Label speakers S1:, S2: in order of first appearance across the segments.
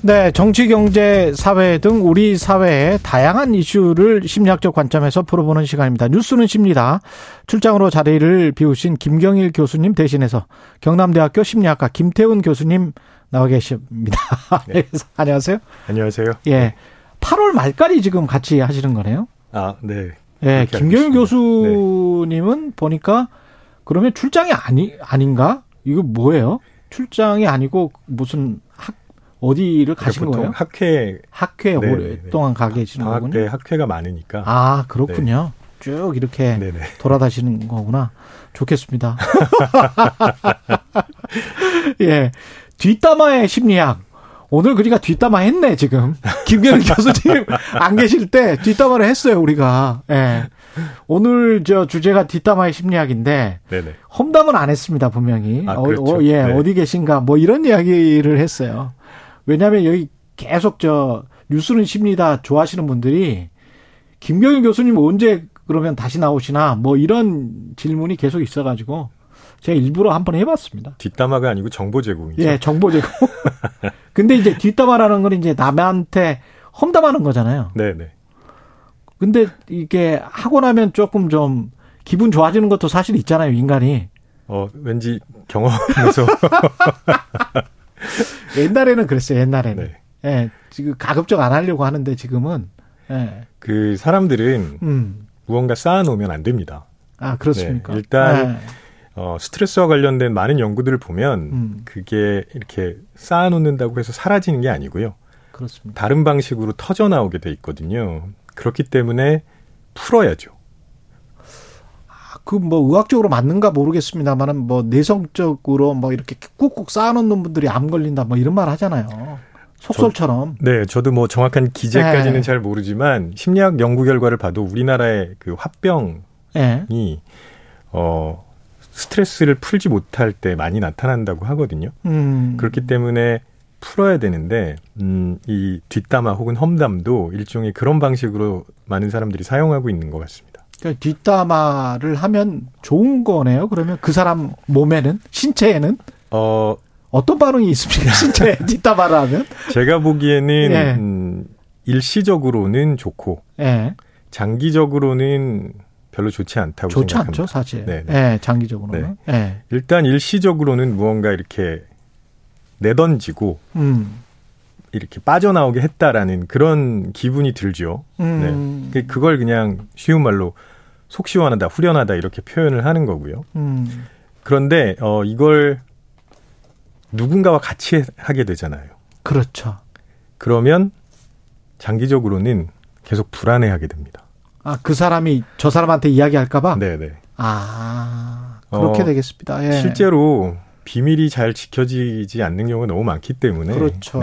S1: 네, 정치, 경제, 사회 등 우리 사회의 다양한 이슈를 심리학적 관점에서 풀어보는 시간입니다. 뉴스는 십니다. 출장으로 자리를 비우신 김경일 교수님 대신해서 경남대학교 심리학과 김태훈 교수님 나와 계십니다.
S2: 네.
S1: 안녕하세요.
S2: 안녕하세요.
S1: 예. 8월 말까지 지금 같이 하시는 거네요.
S2: 아, 네.
S1: 예,
S2: 그렇게
S1: 김경일
S2: 알고 있습니다. 네.
S1: 교수님은 보니까 그러면 출장이 아니 아닌가? 이거 뭐예요? 출장이 아니고 무슨 학 어디를 가신
S2: 그러니까
S1: 거예요?
S2: 보통 학회
S1: 학회
S2: 네네네. 아, 네.
S1: 오랫동안 가 계시는
S2: 방학
S1: 거군요.
S2: 때 학회가 많으니까.
S1: 아 그렇군요. 쭉 이렇게
S2: 네. 네네.
S1: 돌아다니시는 거구나. 좋겠습니다. 예, 뒷담화의 심리학. 오늘 그러니까 뒷담화 했네 지금 김경일 교수님 안 계실 때 뒷담화를 했어요 우리가. 예, 오늘 저 주제가 뒷담화의 심리학인데
S2: 네네.
S1: 험담은 안 했습니다 분명히.
S2: 아,
S1: 어,
S2: 그렇죠.
S1: 어, 예,
S2: 네.
S1: 어디 계신가 뭐 이런 이야기를 했어요. 왜냐하면 여기 계속 저 뉴스는 십니다 좋아하시는 분들이 김경일 교수님 언제 그러면 다시 나오시나 뭐 이런 질문이 계속 있어가지고 제가 일부러 한번 해봤습니다.
S2: 뒷담화가 아니고 정보 제공이죠.
S1: 예, 정보 제공. 근데 이제 뒷담화라는 건 이제 남한테 험담하는 거잖아요.
S2: 네네.
S1: 근데 이게 하고 나면 조금 좀 기분 좋아지는 것도 사실 있잖아요, 인간이.
S2: 어, 왠지 경험하면서.
S1: 옛날에는 그랬어요. 옛날에는.
S2: 네.
S1: 예. 지금 가급적 안 하려고 하는데 지금은 예.
S2: 그 사람들은
S1: 음.
S2: 무언가 쌓아놓으면 안 됩니다.
S1: 아, 그렇습니까?
S2: 네, 일단
S1: 예.
S2: 어, 스트레스와 관련된 많은 연구들을 보면
S1: 음.
S2: 그게 이렇게 쌓아놓는다고 해서 사라지는 게 아니고요.
S1: 그렇습니다.
S2: 다른 방식으로 터져 나오게 돼 있거든요. 그렇기 때문에 풀어야죠.
S1: 그 뭐 의학적으로 맞는가 모르겠습니다만은 뭐 내성적으로 뭐 이렇게 꾹꾹 쌓아놓는 분들이 암 걸린다 뭐 이런 말 하잖아요. 속설처럼.
S2: 네, 저도 뭐 정확한 기재까지는
S1: 네.
S2: 잘 모르지만 심리학 연구 결과를 봐도 우리나라의 그 화병이
S1: 예.
S2: 어 스트레스를 풀지 못할 때 많이 나타난다고 하거든요.
S1: 음.
S2: 그렇기 때문에 풀어야 되는데 음, 이 뒷담화 혹은 험담도 일종의 그런 방식으로 많은 사람들이 사용하고 있는 것 같습니다.
S1: 그러니까 뒷담화를 하면 좋은 거네요. 그러면 그 사람 몸에는 신체에는
S2: 어
S1: 어떤 반응이 있습니까? 신체에 뒷담화를 하면.
S2: 제가 보기에는
S1: 예.
S2: 음, 일시적으로는 좋고
S1: 예.
S2: 장기적으로는 별로 좋지 않다고
S1: 좋지
S2: 생각합니다.
S1: 않죠, 사실.
S2: 네,
S1: 예, 장기적으로는. 예.
S2: 일단 일시적으로는 무언가 이렇게 내던지고
S1: 음.
S2: 이렇게 빠져나오게 했다라는 그런 기분이 들죠.
S1: 음.
S2: 그- 그걸 그냥 쉬운 말로 속 시원하다, 후련하다 이렇게 표현을 하는 거고요.
S1: 음.
S2: 그런데 어 이걸 누군가와 같이 하게 되잖아요.
S1: 그렇죠.
S2: 그러면 장기적으로는 계속 불안해하게 됩니다.
S1: 아, 그 사람이 저 사람한테 이야기할까봐?
S2: 네네.
S1: 아, 그렇게
S2: 어,
S1: 되겠습니다. 예.
S2: 실제로 비밀이 잘 지켜지지 않는 경우가 너무 많기 때문에 네.
S1: 그렇죠.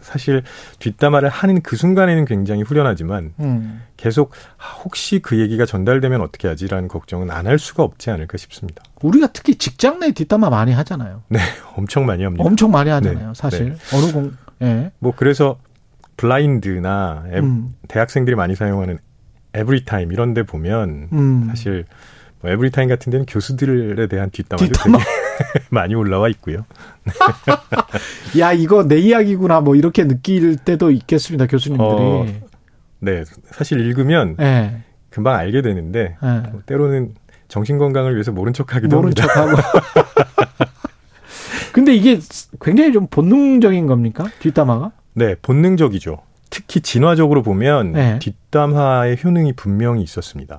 S2: 사실 뒷담화를 하는 그 순간에는 굉장히 후련하지만
S1: 음.
S2: 계속 아, 혹시 그 얘기가 전달되면 어떻게 하지라는 걱정은 안 할 수가 없지 않을까 싶습니다.
S1: 우리가 특히 직장 내 뒷담화 많이 하잖아요.
S2: 네, 엄청 많이 합니다.
S1: 엄청 많이 하잖아요,
S2: 네,
S1: 사실. 어느 공, 예.
S2: 뭐 그래서 블라인드나 앱,
S1: 음.
S2: 대학생들이 많이 사용하는 에브리타임 이런 데 보면
S1: 음.
S2: 사실 뭐 에브리타임 같은 데는 교수들에 대한 뒷담화도
S1: 뒷담화.
S2: 되게 많이 올라와 있고요.
S1: 야, 이거 내 이야기구나, 뭐, 이렇게 느낄 때도 있겠습니다, 교수님들이.
S2: 네, 사실 읽으면
S1: 예.
S2: 금방 알게 되는데
S1: 예.
S2: 뭐 때로는 정신 건강을 위해서 모른 척하기도
S1: 모른
S2: 합니다.
S1: 척하고. 근데 이게 굉장히 좀 본능적인 겁니까? 뒷담화가?
S2: 네, 본능적이죠. 특히 진화적으로 보면
S1: 네.
S2: 뒷담화의 효능이 분명히 있었습니다.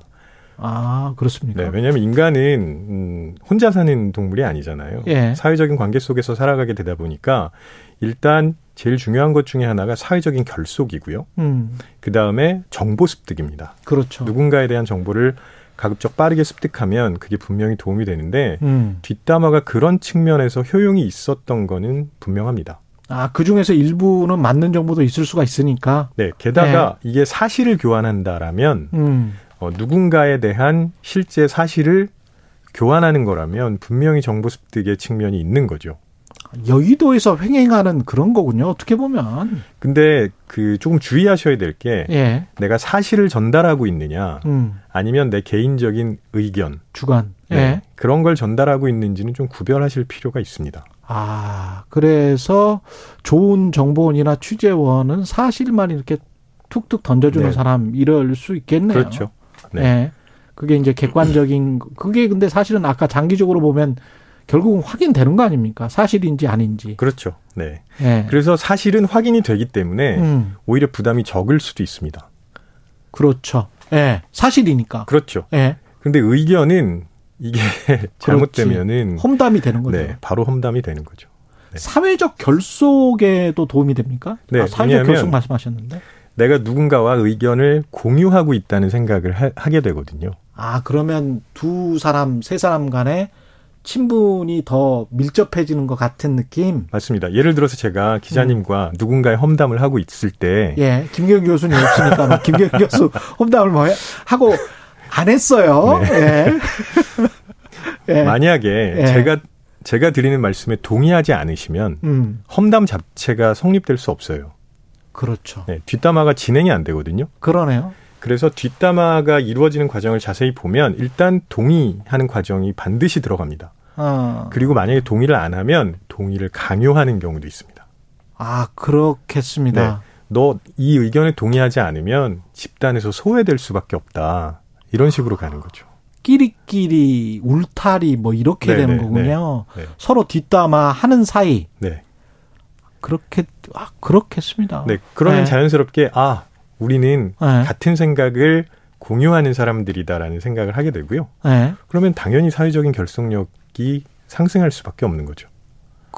S1: 아, 그렇습니까?
S2: 네, 왜냐하면 인간은 음, 혼자 사는 동물이 아니잖아요.
S1: 예.
S2: 사회적인 관계 속에서 살아가게 되다 보니까 일단 제일 중요한 것 중에 하나가 사회적인 결속이고요.
S1: 음,
S2: 그 다음에 정보 습득입니다.
S1: 그렇죠.
S2: 누군가에 대한 정보를 가급적 빠르게 습득하면 그게 분명히 도움이 되는데
S1: 음.
S2: 뒷담화가 그런 측면에서 효용이 있었던 거는 분명합니다.
S1: 아, 그 중에서 일부는 맞는 정보도 있을 수가 있으니까.
S2: 네, 게다가 이게 사실을 교환한다라면
S1: 음.
S2: 어, 누군가에 대한 실제 사실을 교환하는 거라면 분명히 정보 습득의 측면이 있는 거죠.
S1: 여의도에서 횡행하는 그런 거군요. 어떻게 보면.
S2: 근데 그 조금 주의하셔야 될 게
S1: 예.
S2: 내가 사실을 전달하고 있느냐
S1: 음.
S2: 아니면 내 개인적인 의견
S1: 주간. 예.
S2: 네, 그런 걸 전달하고 있는지는 좀 구별하실 필요가 있습니다.
S1: 아, 그래서 좋은 정보원이나 취재원은 사실만 이렇게 툭툭 던져주는
S2: 네.
S1: 사람 이럴 수 있겠네요.
S2: 그렇죠. 네.
S1: 예. 그게 이제 객관적인 그게 근데 사실은 아까 장기적으로 보면 결국은 확인되는 거 아닙니까? 사실인지 아닌지.
S2: 그렇죠. 네.
S1: 예.
S2: 그래서 사실은 확인이 되기 때문에
S1: 음,
S2: 오히려 부담이 적을 수도 있습니다.
S1: 그렇죠. 예. 사실이니까.
S2: 그렇죠.
S1: 예.
S2: 근데 의견은 이게 잘못되면은
S1: 험담이 되는 거죠.
S2: 음. 네, 바로 험담이 되는 거죠. 네.
S1: 사회적 결속에도 도움이 됩니까? 아,
S2: 네,
S1: 사회적
S2: 왜냐하면-
S1: 결속 말씀하셨는데.
S2: 내가 누군가와 의견을 공유하고 있다는 생각을 하, 하게 되거든요.
S1: 아, 그러면 두 사람, 세 사람 간에 친분이 더 밀접해지는 것 같은 느낌?
S2: 맞습니다. 예를 들어서 제가
S1: 음.
S2: 기자님과 누군가의 험담을 하고 있을 때
S1: 예, 김경 교수님 없으니까 뭐 김경 교수 험담을 뭐 해- 하고 안 했어요.
S2: 네.
S1: 예. 예.
S2: 만약에
S1: 예.
S2: 제가 제가 드리는 말씀에 동의하지 않으시면
S1: 음,
S2: 험담 자체가 성립될 수 없어요.
S1: 그렇죠.
S2: 네, 뒷담화가 진행이 안 되거든요.
S1: 그러네요.
S2: 그래서 뒷담화가 이루어지는 과정을 자세히 보면 일단 동의하는 과정이 반드시 들어갑니다.
S1: 어.
S2: 그리고 만약에 동의를 안 하면 동의를 강요하는 경우도 있습니다.
S1: 아, 그렇겠습니다.
S2: 네. 너 이 의견에 동의하지 않으면 집단에서 소외될 수밖에 없다. 이런 식으로 가는 거죠.
S1: 끼리끼리 울타리 뭐 이렇게
S2: 네,
S1: 되는
S2: 네,
S1: 거군요.
S2: 네, 네.
S1: 서로 뒷담화 하는 사이
S2: 네.
S1: 그렇게 아, 그렇겠습니다.
S2: 네. 그러면
S1: 네.
S2: 자연스럽게 아, 우리는
S1: 네.
S2: 같은 생각을 공유하는 사람들이다라는 생각을 하게 되고요.
S1: 예.
S2: 그러면 당연히 사회적인 결속력이 상승할 수밖에 없는 거죠.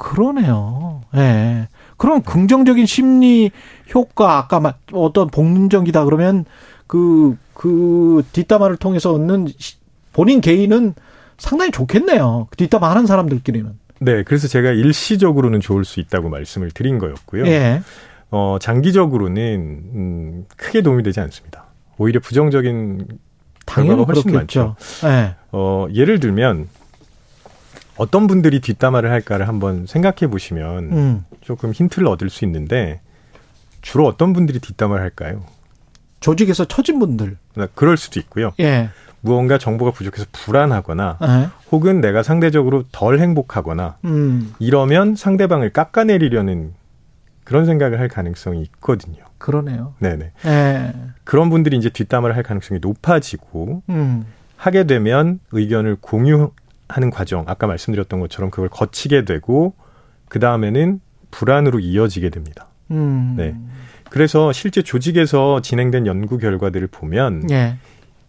S1: 그러네요. 예. 그럼 긍정적인 심리 효과 아까 말- 어떤 복문적이다 그러면 그 그 뒷담화를 통해서 얻는 시- 본인 개인은 상당히 좋겠네요. 그 뒷담화 하는 사람들끼리는.
S2: 네, 그래서 제가 일시적으로는 좋을 수 있다고 말씀을 드린 거였고요.
S1: 예.
S2: 어, 장기적으로는 음, 크게 도움이 되지 않습니다. 오히려 부정적인
S1: 당연히
S2: 결과가 훨씬
S1: 그렇겠죠. 예.
S2: 어, 예를 들면 어떤 분들이 뒷담화를 할까를 한번 생각해 보시면
S1: 음.
S2: 조금 힌트를 얻을 수 있는데 주로 어떤 분들이 뒷담화를 할까요?
S1: 조직에서 처진 분들.
S2: 나- 그럴 수도 있고요.
S1: 예.
S2: 무언가 정보가 부족해서 불안하거나
S1: 예.
S2: 혹은 내가 상대적으로 덜 행복하거나
S1: 음.
S2: 이러면 상대방을 깎아내리려는 그런 생각을 할 가능성이 있거든요.
S1: 그러네요.
S2: 네네.
S1: 예.
S2: 그런 분들이 이제 뒷담화를 할 가능성이 높아지고
S1: 음.
S2: 하게 되면 의견을 공유하는 과정, 아까 말씀드렸던 것처럼 그걸 거치게 되고, 그 다음에는 불안으로 이어지게 됩니다.
S1: 음.
S2: 네. 그래서 실제 조직에서 진행된 연구 결과들을 보면,
S1: 예.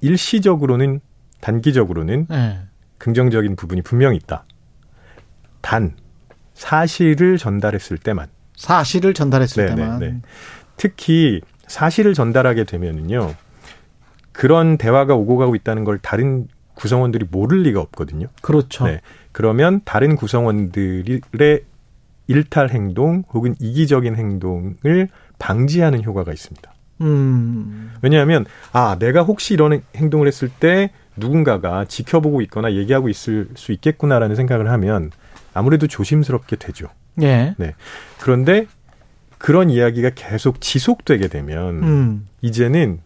S2: 일시적으로는, 단기적으로는
S1: 예.
S2: 긍정적인 부분이 분명히 있다. 단, 사실을 전달했을 때만.
S1: 사실을 전달했을
S2: 네,
S1: 때만.
S2: 특히 사실을 전달하게 되면은요, 그런 대화가 오고 가고 있다는 걸 다른 구성원들이 모를 리가 없거든요.
S1: 그렇죠.
S2: 네. 그러면 다른 구성원들의 일탈 행동 혹은 이기적인 행동을 방지하는 효과가 있습니다.
S1: 음.
S2: 왜냐하면 아 내가 혹시 이런 행동을 했을 때 누군가가 지켜보고 있거나 얘기하고 있을 수 있겠구나라는 생각을 하면 아무래도 조심스럽게 되죠.
S1: 예.
S2: 네. 그런데 그런 이야기가 계속 지속되게 되면
S1: 음.
S2: 이제는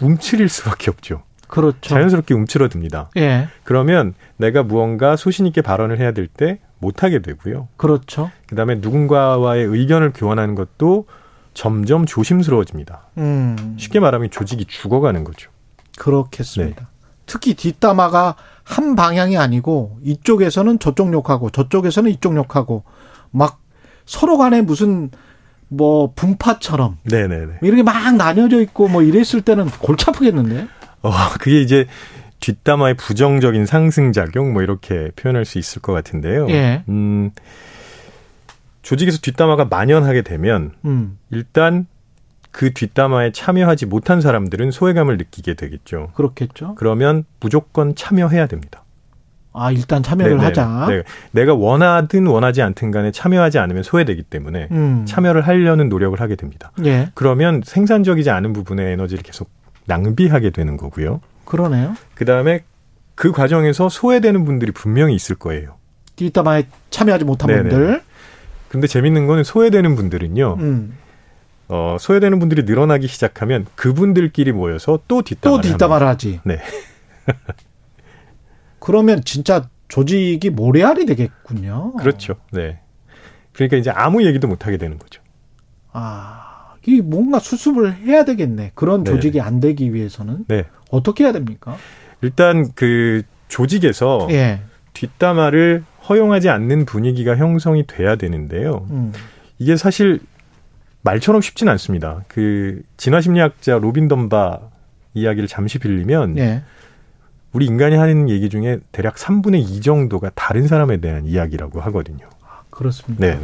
S2: 움츠릴 수밖에 없죠.
S1: 그렇죠.
S2: 자연스럽게 움츠러듭니다.
S1: 예.
S2: 그러면 내가 무언가 소신 있게 발언을 해야 될 때 못하게 되고요.
S1: 그렇죠.
S2: 그다음에 누군가와의 의견을 교환하는 것도 점점 조심스러워집니다.
S1: 음.
S2: 쉽게 말하면 조직이 죽어가는 거죠.
S1: 그렇겠습니다.
S2: 네.
S1: 특히 뒷담화가 한 방향이 아니고 이쪽에서는 저쪽 욕하고 저쪽에서는 이쪽 욕하고 막 서로 간에 무슨 뭐 분파처럼
S2: 네네네.
S1: 이렇게 막 나뉘어져 있고 뭐 이랬을 때는 골치 아프겠는데?
S2: 어, 그게 이제 뒷담화의 부정적인 상승작용 뭐 이렇게 표현할 수 있을 것 같은데요.
S1: 예.
S2: 음, 조직에서 뒷담화가 만연하게 되면
S1: 음.
S2: 일단 그 뒷담화에 참여하지 못한 사람들은 소외감을 느끼게 되겠죠.
S1: 그렇겠죠.
S2: 그러면 무조건 참여해야 됩니다.
S1: 아, 일단 참여를
S2: 네네.
S1: 하자.
S2: 네. 내가 원하든 원하지 않든 간에 참여하지 않으면 소외되기 때문에
S1: 음.
S2: 참여를 하려는 노력을 하게 됩니다.
S1: 예.
S2: 그러면 생산적이지 않은 부분의 에너지를 계속 낭비하게 되는 거고요.
S1: 그러네요.
S2: 그 다음에 그 과정에서 소외되는 분들이 분명히 있을 거예요.
S1: 뒷담화에 참여하지 못한
S2: 네네. 어,
S1: 분들.
S2: 근데 재밌는 거는 소외되는 분들은요.
S1: 음.
S2: 어, 소외되는 분들이 늘어나기 시작하면 그분들끼리 모여서 또
S1: 또
S2: 뒷담화를
S1: 뒷담화를 하지.
S2: 합니다. 네.
S1: 그러면 진짜 조직이 모래알이 되겠군요.
S2: 그렇죠. 네. 그러니까 이제 아무 얘기도 못 하게 되는 거죠.
S1: 아, 이 뭔가 수습을 해야 되겠네. 그런
S2: 네네.
S1: 조직이 안 되기 위해서는
S2: 네.
S1: 어떻게 해야 됩니까?
S2: 일단 그 조직에서
S1: 예.
S2: 뒷담화를 허용하지 않는 분위기가 형성이 돼야 되는데요.
S1: 음.
S2: 이게 사실 말처럼 쉽진 않습니다. 그 진화 심리학자 로빈 덤바 이야기를 잠시 빌리면
S1: 예.
S2: 우리 인간이 하는 얘기 중에 대략 3분의 2 정도가 다른 사람에 대한 이야기라고 하거든요.
S1: 그렇습니다.
S2: 네.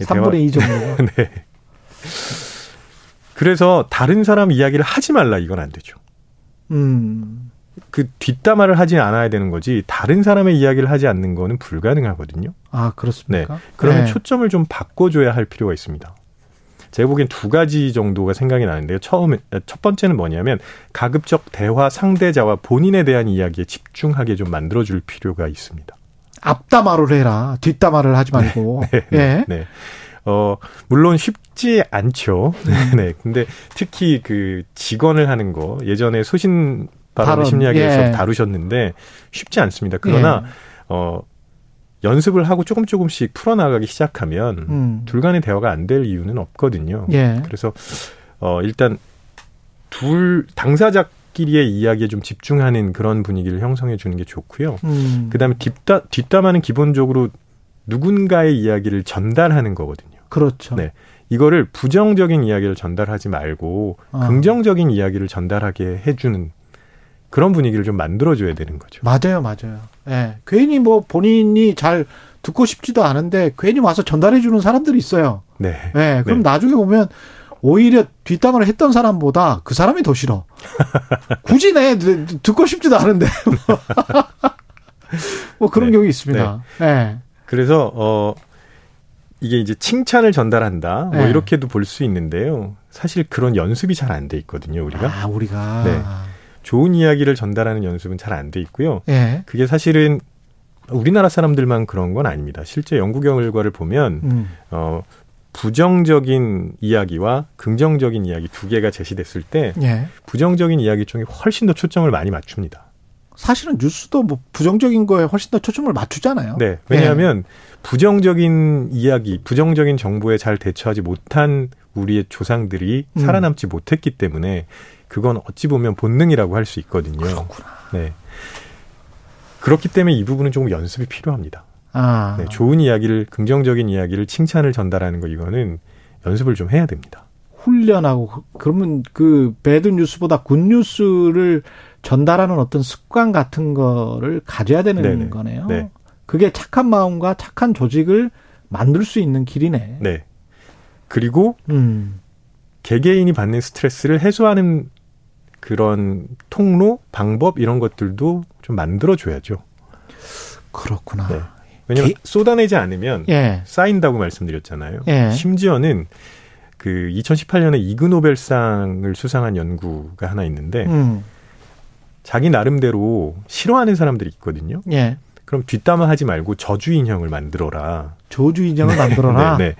S1: 3분의 2 정도.
S2: 네. 그래서 다른 사람 이야기를 하지 말라 이건 안 되죠.
S1: 음.
S2: 그 뒷담화를 하지 않아야 되는 거지 다른 사람의 이야기를 하지 않는 거는 불가능하거든요.
S1: 아, 그렇습니까?
S2: 그러면
S1: 네.
S2: 초점을 좀 바꿔줘야 할 필요가 있습니다. 제가 보기엔 두 가지 정도가 생각이 나는데요. 처음에 첫 번째는 뭐냐면 가급적 대화 상대자와 본인에 대한 이야기에 집중하게 좀 만들어줄 필요가 있습니다.
S1: 앞담화를 해라. 뒷담화를 하지 말고. 예.
S2: 네. 어, 물론 쉽지 않죠.
S1: 음.
S2: 네. 근데 특히 그 직원을 하는 거 예전에 소신 발언
S1: 발언,
S2: 심리학에서
S1: 예.
S2: 다루셨는데 쉽지 않습니다. 그러나 어 연습을 하고 조금 조금씩 풀어나가기 시작하면
S1: 음.
S2: 둘 간의 대화가 안 될 이유는 없거든요.
S1: 예.
S2: 그래서 어 일단 둘 당사자끼리의 이야기에 좀 집중하는 그런 분위기를 형성해 주는 게 좋고요.
S1: 음.
S2: 그렇죠. 그다음에 뒷담 뒷담화는 기본적으로 누군가의 이야기를 전달하는 거거든요.
S1: 그렇죠.
S2: 네. 이거를 부정적인 이야기를 전달하지 말고
S1: 아.
S2: 긍정적인 이야기를 전달하게 해주는 그런 분위기를 좀 만들어줘야 되는 거죠.
S1: 맞아요, 맞아요. 예. 괜히 뭐 본인이 잘 듣고 싶지도 않은데 괜히 와서 전달해 주는 사람들이 있어요.
S2: 네.
S1: 예. 그럼 나중에 보면 오히려 뒷담화를 했던 사람보다 그 사람이 더 싫어. 굳이 내 듣- 듣고 싶지도 않은데. 뭐 그런
S2: 네.
S1: 경우 있습니다. 예.
S2: 그래서 어 이게 이제 칭찬을 전달한다 뭐
S1: 네.
S2: 이렇게도 볼 수 있는데요. 사실 그런 연습이 잘 안 돼 있거든요. 우리가
S1: 아, 우리가
S2: 네. 좋은 이야기를 전달하는 연습은 잘 안 돼 있고요.
S1: 예.
S2: 그게 사실은 우리나라 사람들만 그런 건 아닙니다. 실제 연구 결과를 보면
S1: 음.
S2: 어 부정적인 이야기와 긍정적인 이야기 두 개가 제시됐을 때
S1: 예.
S2: 부정적인 이야기 쪽에 훨씬 더 초점을 많이 맞춥니다.
S1: 사실은 뉴스도 뭐 부정적인 거에 훨씬 더 초점을 맞추잖아요.
S2: 네. 왜냐하면 부정적인 이야기, 부정적인 정보에 잘 대처하지 못한 우리의 조상들이
S1: 음.
S2: 살아남지 못했기 때문에 그건 어찌 보면 본능이라고 할 수 있거든요. 그렇구나. 네. 그렇기 때문에 이 부분은 조금 연습이 필요합니다.
S1: 아.
S2: 네, 좋은 이야기를, 긍정적인 이야기를 칭찬을 전달하는 거 이거는 연습을 좀 해야 됩니다.
S1: 훈련하고 그- 그러면 그 배드 뉴스보다 굿 뉴스를 전달하는 어떤 습관 같은 거를 가져야 되는
S2: 네네.
S1: 거네요.
S2: 네.
S1: 그게 착한 마음과 착한 조직을 만들 수 있는 길이네.
S2: 네. 그리고
S1: 음.
S2: 개개인이 받는 스트레스를 해소하는 그런 통로, 방법 이런 것들도 좀 만들어 줘야죠.
S1: 그렇구나.
S2: 네. 왜냐면
S1: 개-
S2: 쏟아내지 않으면
S1: 예.
S2: 쌓인다고 말씀드렸잖아요.
S1: 예.
S2: 심지어는 그 2018년에 이그노벨상을 수상한 연구가 하나 있는데
S1: 음.
S2: 자기 나름대로 싫어하는 사람들이 있거든요.
S1: 예.
S2: 그럼 뒷담화하지 말고 저주 인형을 만들어라.
S1: 저주 인형을 만들어라.
S2: 네, 네.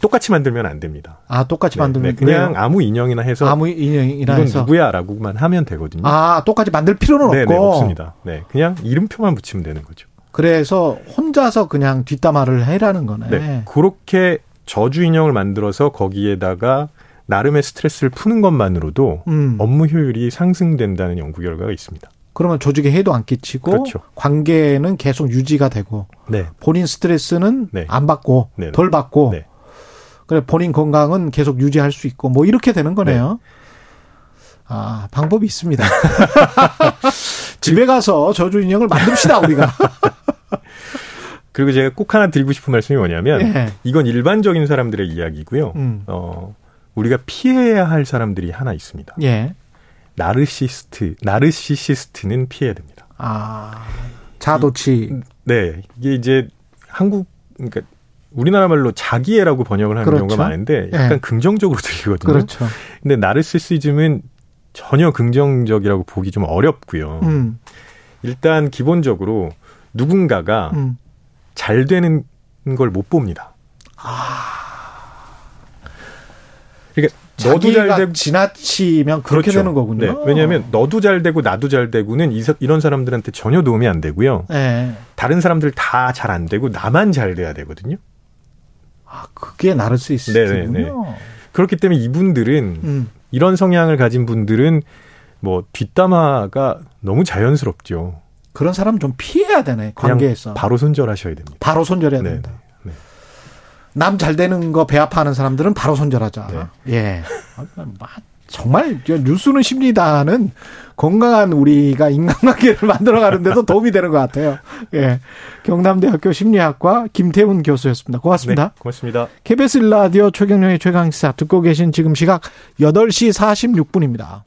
S2: 똑같이 만들면 안 됩니다.
S1: 아, 똑같이
S2: 네,
S1: 만들면
S2: 네. 그냥 아무 인형이나 해서
S1: 그래요? 아무 인형이라
S2: 이건
S1: 해서
S2: 누구야라고만 하면 되거든요.
S1: 아, 똑같이 만들 필요는
S2: 네,
S1: 없고.
S2: 네, 없습니다. 네, 그냥 이름표만 붙이면 되는 거죠.
S1: 그래서 혼자서 그냥 뒷담화를 해라는 거네.
S2: 네. 그렇게 저주 인형을 만들어서 거기에다가 나름의 스트레스를 푸는 것만으로도
S1: 음.
S2: 업무 효율이 상승된다는 연구 결과가 있습니다.
S1: 그러면 조직에 해도 안 끼치고
S2: 그렇죠.
S1: 관계는 계속 유지가 되고
S2: 네.
S1: 본인 스트레스는
S2: 네.
S1: 안 받고
S2: 네네.
S1: 덜 받고
S2: 네.
S1: 그래 본인 건강은 계속 유지할 수 있고 뭐 이렇게 되는 거네요. 아 방법이 있습니다. 집에 가서 저주 인형을 만듭시다 우리가.
S2: 그리고 제가 꼭 하나 드리고 싶은 말씀이 뭐냐면
S1: 예.
S2: 이건 일반적인 사람들의 이야기고요.
S1: 음.
S2: 어, 우리가 피해야 할 사람들이 하나 있습니다.
S1: 예.
S2: 나르시스트, 나르시시스트는 피해야 됩니다.
S1: 아 자도치
S2: 네. 이게 이제 한국 그러니까 우리나라 말로 자기애라고 번역을 하는
S1: 그렇죠.
S2: 경우가 많은데 약간
S1: 예.
S2: 긍정적으로 들리거든요.
S1: 그렇죠.
S2: 근데 나르시시즘은 전혀 긍정적이라고 보기 좀 어렵고요.
S1: 음.
S2: 일단 기본적으로 누군가가
S1: 음.
S2: 잘 되는 걸 못 봅니다.
S1: 아.
S2: 그러니까 너도 잘
S1: 자기가
S2: 되고
S1: 지나치면 그렇게 되는 거군요.
S2: 네, 왜냐하면 너도 잘 되고 나도 잘 되고는 이 사- 이런 사람들한테 전혀 도움이 안 되고요.
S1: 예.
S2: 다른 사람들 다 잘 안 되고 나만 잘 돼야 되거든요.
S1: 아, 그게
S2: 네,
S1: 나르시스트군요.
S2: 그렇기 때문에 이분들은
S1: 음.
S2: 이런 성향을 가진 분들은 뭐 뒷담화가 너무 자연스럽죠.
S1: 그런 사람 좀 피해야 되네.
S2: 그냥
S1: 관계에서.
S2: 바로 손절하셔야 됩니다.
S1: 바로 손절해야
S2: 네,
S1: 된다.
S2: 네, 네.
S1: 남 잘 되는 거 배합하는 사람들은 바로 손절하자.
S2: 네.
S1: 예. 정말 저 뉴스는 십니다는 건강한 우리가 인간관계를 만들어가는 데도 도움이 되는 것 같아요. 예. 경남대학교 심리학과 김태훈 교수였습니다. 고맙습니다.
S2: 네, 고맙습니다.
S1: KBS 1라디오 최경영의 최강시사 듣고 계신 지금 시각 8시 46분입니다.